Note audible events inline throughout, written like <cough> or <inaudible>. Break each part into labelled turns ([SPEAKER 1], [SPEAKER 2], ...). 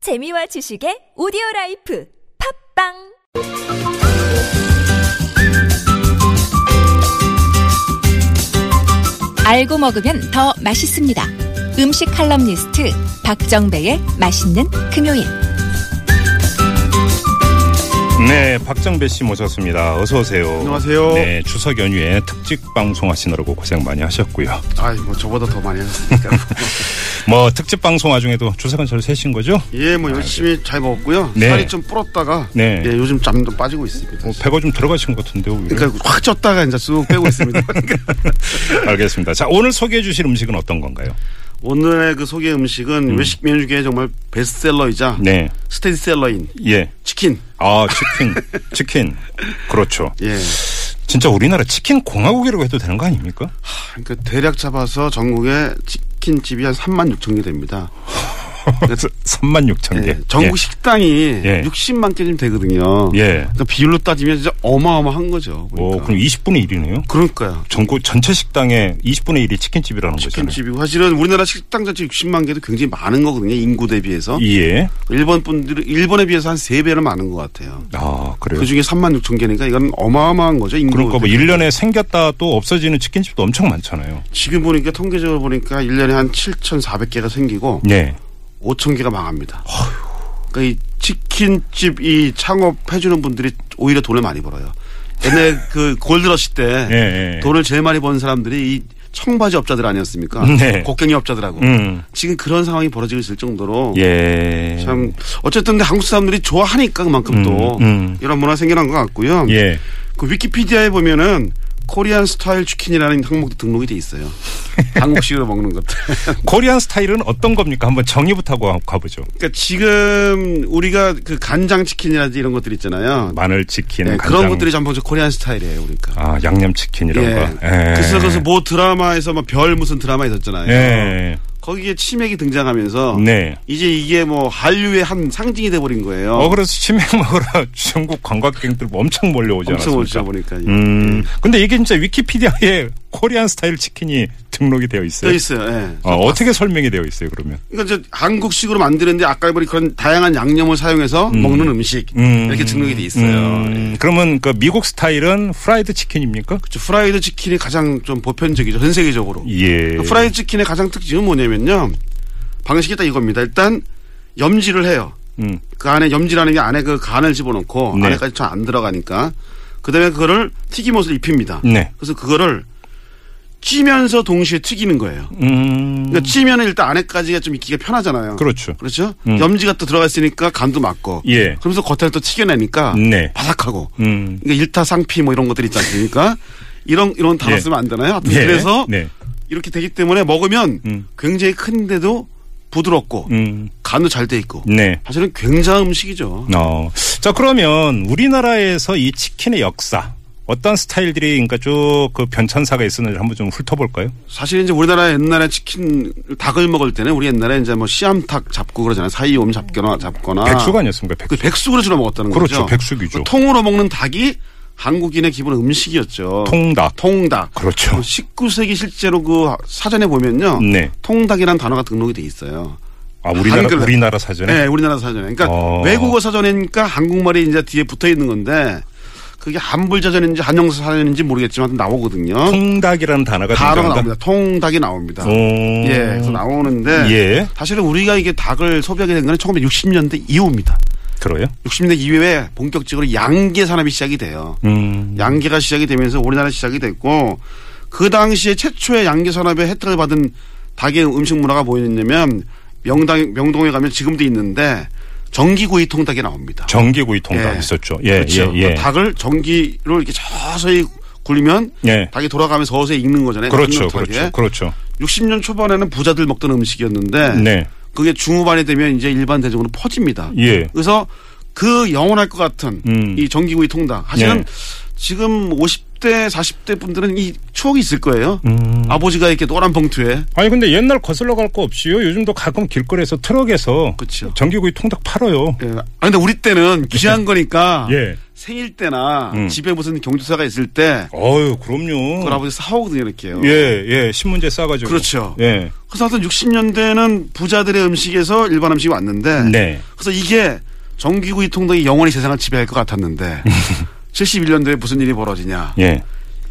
[SPEAKER 1] 재미와 지식의 오디오 라이프 팝빵
[SPEAKER 2] 알고 먹으면 더 맛있습니다. 음식 칼럼니스트 박정배의 맛있는 금요일.
[SPEAKER 3] 네, 박정배 씨 모셨습니다. 어서 오세요.
[SPEAKER 4] 안녕하세요.
[SPEAKER 3] 네, 추석 연휴에 특집 방송 하시느라고 고생 많이 하셨고요.
[SPEAKER 4] 아이 뭐 저보다 더 많이 하셨으니까.
[SPEAKER 3] <laughs> 뭐 특집 방송 와중에도 주석은 절 세신 거죠?
[SPEAKER 4] 예, 뭐 열심히 잘 먹었고요.
[SPEAKER 3] 네.
[SPEAKER 4] 살이 좀 불었다가
[SPEAKER 3] 네.
[SPEAKER 4] 예, 요즘 짬 좀 빠지고 있습니다.
[SPEAKER 3] 뭐 배가 좀 들어가신 것 같은데요. 그러니까. 오히려.
[SPEAKER 4] 그러니까 확 쪘다가 이제 쑥 빼고
[SPEAKER 3] <laughs>
[SPEAKER 4] 있습니다.
[SPEAKER 3] 알겠습니다. 자, 오늘 소개해 주실 음식은 어떤 건가요?
[SPEAKER 4] 오늘의 그 소개 음식은 외식 메뉴계 정말 베스트셀러이자
[SPEAKER 3] 네.
[SPEAKER 4] 스테디셀러인
[SPEAKER 3] 예.
[SPEAKER 4] 치킨.
[SPEAKER 3] 아,
[SPEAKER 4] <laughs>
[SPEAKER 3] 치킨. 치킨. 그렇죠.
[SPEAKER 4] 예.
[SPEAKER 3] 진짜 우리나라 치킨 공화국이라고 해도 되는 거 아닙니까?
[SPEAKER 4] 그러니까 대략 잡아서 전국에 치킨집이 한 3만 6천 개 됩니다.
[SPEAKER 3] 3만 6천 개.
[SPEAKER 4] 예, 전국 식당이
[SPEAKER 3] 예.
[SPEAKER 4] 60만 개쯤 되거든요.
[SPEAKER 3] 예. 예.
[SPEAKER 4] 그러니까 비율로 따지면 진짜 어마어마한 거죠.
[SPEAKER 3] 오,
[SPEAKER 4] 그러니까.
[SPEAKER 3] 그럼 20분의 1이네요.
[SPEAKER 4] 그러니까요.
[SPEAKER 3] 전국 전체 식당의 20분의 1이 치킨집이라는 거잖아요.
[SPEAKER 4] 치킨집이고 사실은 우리나라 식당 자체 60만 개도 굉장히 많은 거거든요. 인구 대비해서.
[SPEAKER 3] 예.
[SPEAKER 4] 일본 분들은 일본에 비해서 한 세배는 많은 것 같아요.
[SPEAKER 3] 아, 그래요.
[SPEAKER 4] 그중에 3만 6천 개니까 이건 어마어마한 거죠. 인구
[SPEAKER 3] 그러니까 뭐
[SPEAKER 4] 대비.
[SPEAKER 3] 1년에 생겼다 또 없어지는 치킨집도 엄청 많잖아요.
[SPEAKER 4] 지금 보니까 통계적으로 보니까 일년에한 7,400개가 생기고
[SPEAKER 3] 네.
[SPEAKER 4] 5천 개가 망합니다. 그러니까 이 치킨집 이 창업해 주는 분들이 오히려 돈을 많이 벌어요.
[SPEAKER 3] <laughs>
[SPEAKER 4] 옛날 그 골드러시 때
[SPEAKER 3] 예, 예.
[SPEAKER 4] 돈을 제일 많이 번 사람들이 이 청바지 업자들 아니었습니까?
[SPEAKER 3] 네.
[SPEAKER 4] 곡괭이 업자들하고.
[SPEAKER 3] 음.
[SPEAKER 4] 지금 그런 상황이 벌어지고 있을 정도로
[SPEAKER 3] 예.
[SPEAKER 4] 참 어쨌든 근데 한국 사람들이 좋아하니까 그만큼 또
[SPEAKER 3] 음, 음.
[SPEAKER 4] 이런 문화 생겨난 것 같고요.
[SPEAKER 3] 예.
[SPEAKER 4] 그 위키피디아에 보면은 코리안 스타일 치킨이라는 항목도 등록이
[SPEAKER 3] <laughs>
[SPEAKER 4] 돼 있어요. 한국식으로 먹는 것들.
[SPEAKER 3] 코리안 스타일은 어떤 겁니까? 한번 정의부터 하고 가보죠.
[SPEAKER 4] 그러니까 지금 우리가 그 간장 치킨이라든지 이런 것들 있잖아요.
[SPEAKER 3] 마늘 치킨,
[SPEAKER 4] 네,
[SPEAKER 3] 예, 간장,
[SPEAKER 4] 그런 것들이 전부 다 코리안 스타일이에요, 그러니까.
[SPEAKER 3] 아 양념 치킨 이런 거. 예.
[SPEAKER 4] 그래서 그래서 뭐 드라마에서 막 별 무슨 드라마 있었잖아요.
[SPEAKER 3] 예.
[SPEAKER 4] 거기에 치맥이 등장하면서
[SPEAKER 3] 네.
[SPEAKER 4] 이제 이게 뭐 한류의 한 상징이 돼 버린 거예요.
[SPEAKER 3] 어 그래서 치맥 먹으러 <laughs> 중국 관광객들 뭐 엄청 몰려오지
[SPEAKER 4] 엄청
[SPEAKER 3] 않았습니까?
[SPEAKER 4] 올려 보니까 예.
[SPEAKER 3] 음. 근데 이게 진짜 위키피디아에 <laughs> 코리안 스타일 치킨이 등록이 되어 있어요.
[SPEAKER 4] 돼 있어요. 예.
[SPEAKER 3] 어, 어떻게 설명이 되어 있어요, 그러면?
[SPEAKER 4] 그러니까 이제 한국식으로 만드는데 아까 말한 그런 다양한 양념을 사용해서 먹는 음식
[SPEAKER 3] 음.
[SPEAKER 4] 이렇게 등록이 돼 있어요. 네.
[SPEAKER 3] 음, 그러면 그 미국 스타일은 프라이드 치킨입니까?
[SPEAKER 4] 그쵸. 그렇죠. 프라이드 치킨이 가장 좀 보편적이죠 전 세계적으로. 그러니까
[SPEAKER 3] 예.
[SPEAKER 4] 프라이드 치킨의 가장 특징은 뭐냐면요 방식이 딱 이겁니다. 일단 염지를 해요.
[SPEAKER 3] 음.
[SPEAKER 4] 그 안에 염지라는 게 안에 그 간을 집어넣고
[SPEAKER 3] 네.
[SPEAKER 4] 안에까지 잘 안 들어가니까 그다음에 그거를 튀김옷을 입힙니다.
[SPEAKER 3] 네.
[SPEAKER 4] 그래서 그거를 찌면서 동시에 튀기는 거예요.
[SPEAKER 3] 음.
[SPEAKER 4] 그러니까 찌면 은 일단 안에까지가 좀 익기가 편하잖아요.
[SPEAKER 3] 그렇죠.
[SPEAKER 4] 그렇죠? 염지가 또 들어가 있으니까 간도 맞고.
[SPEAKER 3] 예.
[SPEAKER 4] 그러면서 겉에 또 튀겨내니까
[SPEAKER 3] 네.
[SPEAKER 4] 바삭하고.
[SPEAKER 3] 음.
[SPEAKER 4] 그러니까 일타상피 뭐 이런 것들 있지 않습니까? 이런 이런 단어
[SPEAKER 3] 예.
[SPEAKER 4] 쓰면 안 되나요? 하여튼
[SPEAKER 3] 예.
[SPEAKER 4] 그래서
[SPEAKER 3] 네.
[SPEAKER 4] 이렇게 되기 때문에 먹으면
[SPEAKER 3] 음.
[SPEAKER 4] 굉장히 큰데도 부드럽고
[SPEAKER 3] 음.
[SPEAKER 4] 간도 잘 돼 있고.
[SPEAKER 3] 네.
[SPEAKER 4] 사실은 굉장한 음식이죠.
[SPEAKER 3] 어. 자, 그러면 우리나라에서 이 치킨의 역사 어떤 스타일들이 그러니까 쭉 그 변천사가 있었는지 한번 좀 훑어볼까요?
[SPEAKER 4] 사실 이제 우리나라 옛날에 치킨 닭을 먹을 때는 우리 옛날에 이제 뭐 씨암탉 잡고 그러잖아요. 사이옴 잡거나 잡거나
[SPEAKER 3] 백숙 아니었습니까?
[SPEAKER 4] 그
[SPEAKER 3] 백숙.
[SPEAKER 4] 백숙으로 주로 먹었다는
[SPEAKER 3] 그렇죠.
[SPEAKER 4] 거죠.
[SPEAKER 3] 백숙이죠.
[SPEAKER 4] 그 통으로 먹는 닭이 한국인의 기본 음식이었죠.
[SPEAKER 3] 통닭.
[SPEAKER 4] 통닭.
[SPEAKER 3] 그렇죠.
[SPEAKER 4] 19세기 실제로 그 사전에 보면요.
[SPEAKER 3] 네.
[SPEAKER 4] 통닭이라는 단어가 등록이 돼 있어요.
[SPEAKER 3] 아, 우리나라
[SPEAKER 4] 한글.
[SPEAKER 3] 우리나라
[SPEAKER 4] 네,
[SPEAKER 3] 사전에
[SPEAKER 4] 우리나라 사전에. 그러니까
[SPEAKER 3] 어.
[SPEAKER 4] 외국어 사전이니까 한국말이 이제 뒤에 붙어 있는 건데 그게 한불 사전인지 한영사 사전인지 모르겠지만 나오거든요.
[SPEAKER 3] 통닭이라는 단어가 등장한다?
[SPEAKER 4] 단어가 나옵니다. 통닭이 나옵니다.
[SPEAKER 3] 오.
[SPEAKER 4] 예, 네. 그래서 나오는데
[SPEAKER 3] 예.
[SPEAKER 4] 사실은 우리가 이게 닭을 소비하게 된 거는 1960년대 이후입니다.
[SPEAKER 3] 들어요?
[SPEAKER 4] 60년대 이후에 본격적으로 양계 산업이 시작이 돼요.
[SPEAKER 3] 음.
[SPEAKER 4] 양계가 시작이 되면서 우리나라 시작이 됐고 그 당시에 최초의 양계 산업의 혜택을 받은 닭의 음식 문화가 뭐였냐면 명당 명동에 가면 지금도 있는데 전기구이 통닭이 나옵니다.
[SPEAKER 3] 전기구이 통닭
[SPEAKER 4] 예.
[SPEAKER 3] 있었죠. 예,
[SPEAKER 4] 그렇죠.
[SPEAKER 3] 예, 예.
[SPEAKER 4] 닭을 전기로 이렇게 서서히 굴리면
[SPEAKER 3] 예.
[SPEAKER 4] 닭이 돌아가면서 서서히 익는 거잖아요.
[SPEAKER 3] 그렇죠,
[SPEAKER 4] 닭
[SPEAKER 3] 그렇죠, 그렇죠.
[SPEAKER 4] 60년 초반에는 부자들 먹던 음식이었는데
[SPEAKER 3] 네.
[SPEAKER 4] 그게 중후반이 되면 이제 일반 대중으로 퍼집니다.
[SPEAKER 3] 예.
[SPEAKER 4] 그래서 그 영원할 것 같은
[SPEAKER 3] 음.
[SPEAKER 4] 이 전기구이 통닭. 사실은
[SPEAKER 3] 네.
[SPEAKER 4] 지금 50대, 40대 분들은 이 추억이 있을 거예요.
[SPEAKER 3] 음.
[SPEAKER 4] 아버지가 이렇게 노란 봉투에.
[SPEAKER 3] 아니 근데 옛날 거슬러 갈 거 없이요. 요즘도 가끔 길거리에서 트럭에서
[SPEAKER 4] 그쵸.
[SPEAKER 3] 전기구이 통닭 팔아요.
[SPEAKER 4] 예. 아, 근데 우리 때는 귀한 거니까
[SPEAKER 3] 예.
[SPEAKER 4] 생일 때나
[SPEAKER 3] 음.
[SPEAKER 4] 집에 무슨 경조사가 있을 때
[SPEAKER 3] 어유 그럼요.
[SPEAKER 4] 그걸 아버지 사오거든요, 이렇게요.
[SPEAKER 3] 예, 예. 신문제 싸가지고.
[SPEAKER 4] 그렇죠.
[SPEAKER 3] 예.
[SPEAKER 4] 그래서 하여튼 60년대는 부자들의 음식에서 일반 음식이 왔는데
[SPEAKER 3] 네.
[SPEAKER 4] 그 그래서 이게 전기구이 통닭이 영원히 세상을 지배할 것
[SPEAKER 3] <laughs>
[SPEAKER 4] 같았는데 71년도에 무슨 일이 벌어지냐.
[SPEAKER 3] 예.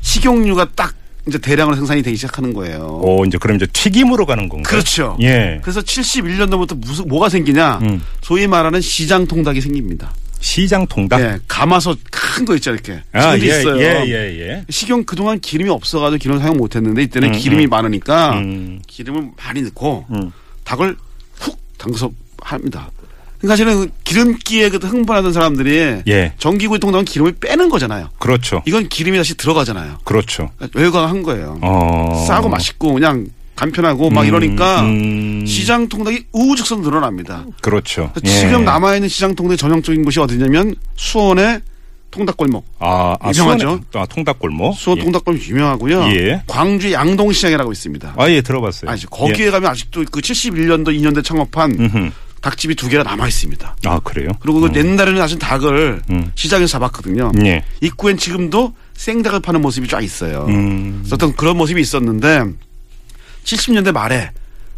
[SPEAKER 4] 식용유가 딱 이제 대량으로 생산이 되기 시작하는 거예요.
[SPEAKER 3] 오, 어, 이제 그럼 이제 튀김으로 가는 건가요?
[SPEAKER 4] 그렇죠.
[SPEAKER 3] 예.
[SPEAKER 4] 그래서 71년도부터 무슨 뭐가 생기냐?
[SPEAKER 3] 음.
[SPEAKER 4] 소위 말하는 시장 통닭이 생깁니다.
[SPEAKER 3] 시장 통닭.
[SPEAKER 4] 예, 감아서 큰 거 있죠 이렇게.
[SPEAKER 3] 아,
[SPEAKER 4] 지금도
[SPEAKER 3] 예,
[SPEAKER 4] 있어요.
[SPEAKER 3] 예, 예, 예.
[SPEAKER 4] 식용 그동안 기름이 없어가지고 기름 사용 못했는데 이때는 기름이 많으니까
[SPEAKER 3] 음.
[SPEAKER 4] 기름을 많이 넣고
[SPEAKER 3] 음.
[SPEAKER 4] 닭을 훅 담궈서 합니다. 그러니까 사실은 그 기름기에 그 흥분하던 사람들이
[SPEAKER 3] 예.
[SPEAKER 4] 전기구이 통닭은 기름을 빼는 거잖아요.
[SPEAKER 3] 그렇죠.
[SPEAKER 4] 이건 기름이 다시 들어가잖아요.
[SPEAKER 3] 그렇죠.
[SPEAKER 4] 그러니까 열광한 거예요.
[SPEAKER 3] 어.
[SPEAKER 4] 싸고 맛있고 그냥 간편하고 막
[SPEAKER 3] 음,
[SPEAKER 4] 이러니까
[SPEAKER 3] 음.
[SPEAKER 4] 시장 통닭이 우후죽순 늘어납니다.
[SPEAKER 3] 그렇죠.
[SPEAKER 4] 지금
[SPEAKER 3] 예.
[SPEAKER 4] 남아있는 시장 통닭의 전형적인 곳이 어디냐면 수원의 통닭골목.
[SPEAKER 3] 아, 아
[SPEAKER 4] 유명하죠?
[SPEAKER 3] 수원의 통- 아, 통닭골목.
[SPEAKER 4] 수원
[SPEAKER 3] 예.
[SPEAKER 4] 통닭골목 유명하고요.
[SPEAKER 3] 예.
[SPEAKER 4] 광주 양동시장이라고 있습니다.
[SPEAKER 3] 아, 예, 들어봤어요.
[SPEAKER 4] 아, 니 거기에 가면 아직도 그 71년도 2년대 창업한
[SPEAKER 3] 예. 음흠.
[SPEAKER 4] 닭집이 두 개가 남아있습니다.
[SPEAKER 3] 아, 그래요?
[SPEAKER 4] 그리고 그 옛날에는 사실 닭을
[SPEAKER 3] 음.
[SPEAKER 4] 시장에서 잡았거든요.
[SPEAKER 3] 예.
[SPEAKER 4] 입구엔 지금도 생닭을 파는 모습이 쫙 있어요.
[SPEAKER 3] 음.
[SPEAKER 4] 그래서 어떤 그런 모습이 있었는데 70년대 말에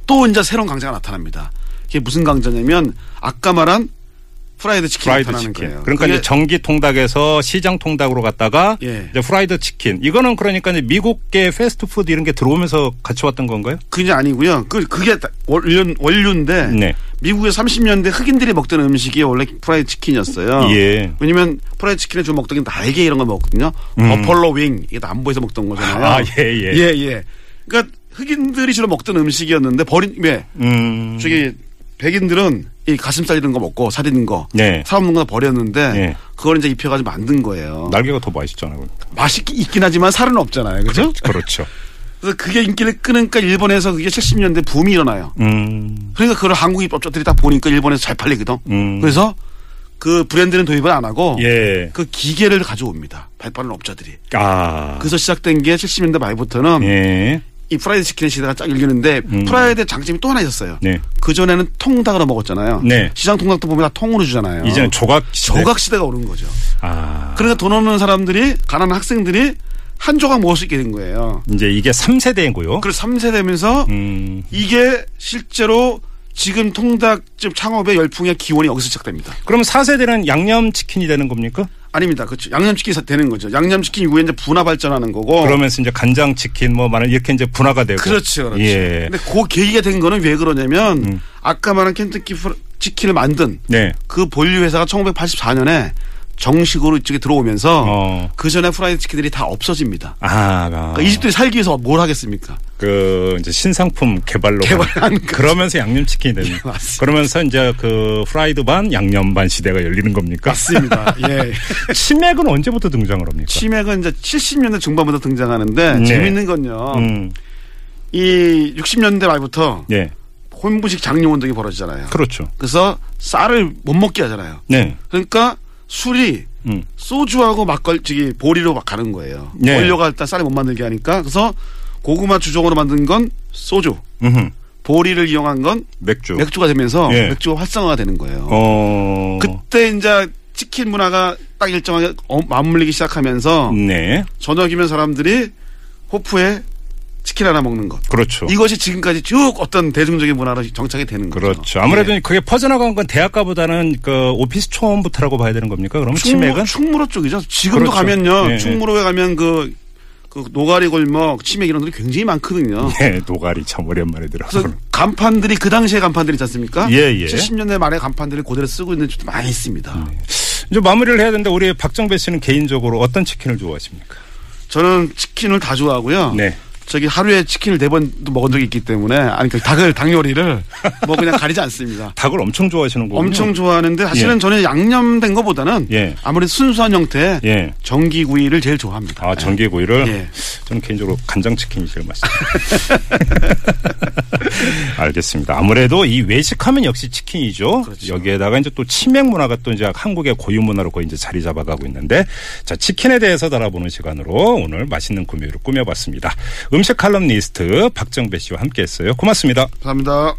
[SPEAKER 4] 또 이제 새로운 강자가 나타납니다. 이게 무슨 강자냐면 아까 말한 프라이드 치킨이
[SPEAKER 3] 프라이드
[SPEAKER 4] 나타나는
[SPEAKER 3] 치킨.
[SPEAKER 4] 거예요.
[SPEAKER 3] 그러니까
[SPEAKER 4] 그게
[SPEAKER 3] 이제 전기 통닭에서 시장 통닭으로 갔다가
[SPEAKER 4] 예.
[SPEAKER 3] 이제 프라이드 치킨. 이거는 그러니까 이제 미국계 패스트푸드 이런 게 들어오면서 같이 왔던 건가요?
[SPEAKER 4] 그게 아니고요. 그 그게 다 원료 원료인데
[SPEAKER 3] 네.
[SPEAKER 4] 미국의 30년대 흑인들이 먹던 음식이 원래 프라이드 치킨이었어요.
[SPEAKER 3] 예.
[SPEAKER 4] 왜냐면 프라이드 치킨에 주로 먹던 게 날개 이런 걸 먹거든요. 버펄로 윙 이게 남부에서 먹던 거잖아요.
[SPEAKER 3] 음. 아, 예, 예.
[SPEAKER 4] 예, 예. 그러니까 흑인들이 주로 먹던 음식이었는데 버린 왜
[SPEAKER 3] 음.
[SPEAKER 4] 저기 백인들은 이 가슴살 이런 거 먹고 살 있는 거
[SPEAKER 3] 네.
[SPEAKER 4] 사먹는 거 버렸는데
[SPEAKER 3] 예.
[SPEAKER 4] 그걸 이제 입혀가지고 만든 거예요.
[SPEAKER 3] 날개가 더 맛있잖아요.
[SPEAKER 4] 맛있긴 하지만 살은 없잖아요, 그죠?
[SPEAKER 3] 그렇죠.
[SPEAKER 4] 그래서 그게 인기를 끄니까 일본에서 그게 70년대 붐이 일어나요.
[SPEAKER 3] 음.
[SPEAKER 4] 그러니까 그걸 한국 입법자들이 딱 보니까 일본에서 잘 팔리거든.
[SPEAKER 3] 음.
[SPEAKER 4] 그래서 그 브랜드는 도입을 안 하고
[SPEAKER 3] 예.
[SPEAKER 4] 그 기계를 가져옵니다. 발빠른 업자들이.
[SPEAKER 3] 아.
[SPEAKER 4] 그래서 시작된 게 70년대 말부터는
[SPEAKER 3] 예. 음.
[SPEAKER 4] 이 프라이드 치킨 시대가 쫙 열리는데 프라이드의 장점이 또 하나 있었어요.
[SPEAKER 3] 네.
[SPEAKER 4] 그 전에는 통닭으로 먹었잖아요.
[SPEAKER 3] 네.
[SPEAKER 4] 시장 통닭도 보면 다 통으로 주잖아요.
[SPEAKER 3] 이제는 조각 네. 시대.
[SPEAKER 4] 어. 조각 시대가 오는 거죠.
[SPEAKER 3] 아.
[SPEAKER 4] 그러니까 돈 없는 사람들이 가난한 학생들이 한 조각 먹을 수 있게 된 거예요.
[SPEAKER 3] 이제 이게 3세대인고요.
[SPEAKER 4] 그래서 3세 되면서
[SPEAKER 3] 음.
[SPEAKER 4] 이게 실제로 지금 통닭집 창업의 열풍의 기원이 여기서 시작됩니다.
[SPEAKER 3] 그럼 4세대는 양념 치킨이 되는 겁니까?
[SPEAKER 4] 아닙니다. 그렇죠. 양념치킨이 되는 거죠. 양념치킨 이후에 이제 분화 발전하는 거고.
[SPEAKER 3] 그러면서 이제 간장 치킨 뭐 많은 이렇게 이제 분화가 되고.
[SPEAKER 4] 어. 그렇죠, 그렇죠.
[SPEAKER 3] 예. 음.
[SPEAKER 4] 근데 그 계기가 된 거는 왜 그러냐면 아까 말한 켄tucky 프라- 치킨을 만든
[SPEAKER 3] 네.
[SPEAKER 4] 그 본류 회사가 1984년에 정식으로 이쪽에 들어오면서
[SPEAKER 3] 어.
[SPEAKER 4] 그 전에 프라이드 치킨들이 다 없어집니다.
[SPEAKER 3] 아, 아.
[SPEAKER 4] 그러니까 이 집들이 살기 위해서 뭘 하겠습니까?
[SPEAKER 3] 그 이제 신상품 개발로
[SPEAKER 4] 개발한
[SPEAKER 3] <laughs>
[SPEAKER 4] 예,
[SPEAKER 3] 가- 그러면서 양념 치킨이 되는
[SPEAKER 4] 맞습니다.
[SPEAKER 3] 그러면서 이제 그 프라이드 반 양념 반 시대가 열리는 겁니까?
[SPEAKER 4] 맞습니다. 예.
[SPEAKER 3] <laughs> 치맥은 언제부터 등장을 합니까?
[SPEAKER 4] 치맥은 이제 70년대 중반부터 등장하는데
[SPEAKER 3] 네.
[SPEAKER 4] 재밌는 건요.
[SPEAKER 3] 음.
[SPEAKER 4] 이 60년대 말부터
[SPEAKER 3] 예.
[SPEAKER 4] 혼부식 장려 운동이 벌어지잖아요.
[SPEAKER 3] 그렇죠.
[SPEAKER 4] 그래서 쌀을 못 먹게 하잖아요.
[SPEAKER 3] 네.
[SPEAKER 4] 그러니까 술이
[SPEAKER 3] 음.
[SPEAKER 4] 소주하고 막걸 저기 보리로 막 가는 거예요.
[SPEAKER 3] 네.
[SPEAKER 4] 원료가 일단 쌀이 못 만들게 하니까 그래서 고구마 주종으로 만든 건 소주,
[SPEAKER 3] 음흠.
[SPEAKER 4] 보리를 이용한 건
[SPEAKER 3] 맥주.
[SPEAKER 4] 맥주가 되면서
[SPEAKER 3] 예.
[SPEAKER 4] 맥주가 활성화가 되는 거예요.
[SPEAKER 3] 어.
[SPEAKER 4] 그때 이제 치킨 문화가 딱 일정하게 어- 맞물리기 시작하면서
[SPEAKER 3] 네.
[SPEAKER 4] 저녁이면 사람들이 호프에 치킨 하나 먹는 것.
[SPEAKER 3] 그렇죠.
[SPEAKER 4] 이것이 지금까지 쭉 어떤 대중적인 문화로 정착이 되는 거죠.
[SPEAKER 3] 그렇죠. 아무래도
[SPEAKER 4] 예.
[SPEAKER 3] 그게 퍼져나간 건 대학가보다는 그 오피스 초원부터라고 봐야 되는 겁니까? 그럼 치맥은?
[SPEAKER 4] 충무, 충무로 쪽이죠. 지금도
[SPEAKER 3] 그렇죠.
[SPEAKER 4] 가면요.
[SPEAKER 3] 예, 예.
[SPEAKER 4] 충무로에 가면 그, 그 노가리 골목, 치맥 이런 데들이 굉장히 많거든요.
[SPEAKER 3] 예, 노가리 참 오랜만에 들어서.
[SPEAKER 4] 그래서 간판들이 그 당시에 간판들이 있지 않습니까?
[SPEAKER 3] 예, 음, 예.
[SPEAKER 4] 70년대 말에 간판들을 그대로 쓰고 있는 집도 많이 있습니다.
[SPEAKER 3] 이제 마무리를 해야 되는데 우리 박정배 씨는 개인적으로 어떤 치킨을 좋아하십니까?
[SPEAKER 4] 저는 치킨을 다 좋아하고요.
[SPEAKER 3] 네.
[SPEAKER 4] 저기 하루에 치킨을 네 번도 먹은 적이 있기 때문에 아니 그 닭을 닭 요리를 뭐 그냥 가리지 않습니다.
[SPEAKER 3] 닭을 엄청 좋아하시는 거군요.
[SPEAKER 4] 엄청 좋아하는데 사실은
[SPEAKER 3] 예.
[SPEAKER 4] 저는 양념된 것보다는
[SPEAKER 3] 예.
[SPEAKER 4] 아무래도 순수한 형태의
[SPEAKER 3] 예.
[SPEAKER 4] 전기구이를 제일 좋아합니다.
[SPEAKER 3] 아, 전기구이를?
[SPEAKER 4] 예.
[SPEAKER 3] 저는 개인적으로 간장치킨이 제일 맛있어요. <laughs> 알겠습니다. 아무래도 이 외식하면 역시 치킨이죠.
[SPEAKER 4] 그렇죠.
[SPEAKER 3] 여기에다가 이제 또 치맥 문화가 또 이제 한국의 고유 문화로 거의 이제 자리 잡아가고 있는데 자, 치킨에 대해서 알아보는 시간으로 오늘 맛있는 구매를 꾸며봤습니다. 음식 칼럼니스트 박정배 씨와 함께 했어요. 고맙습니다.
[SPEAKER 4] 감사합니다.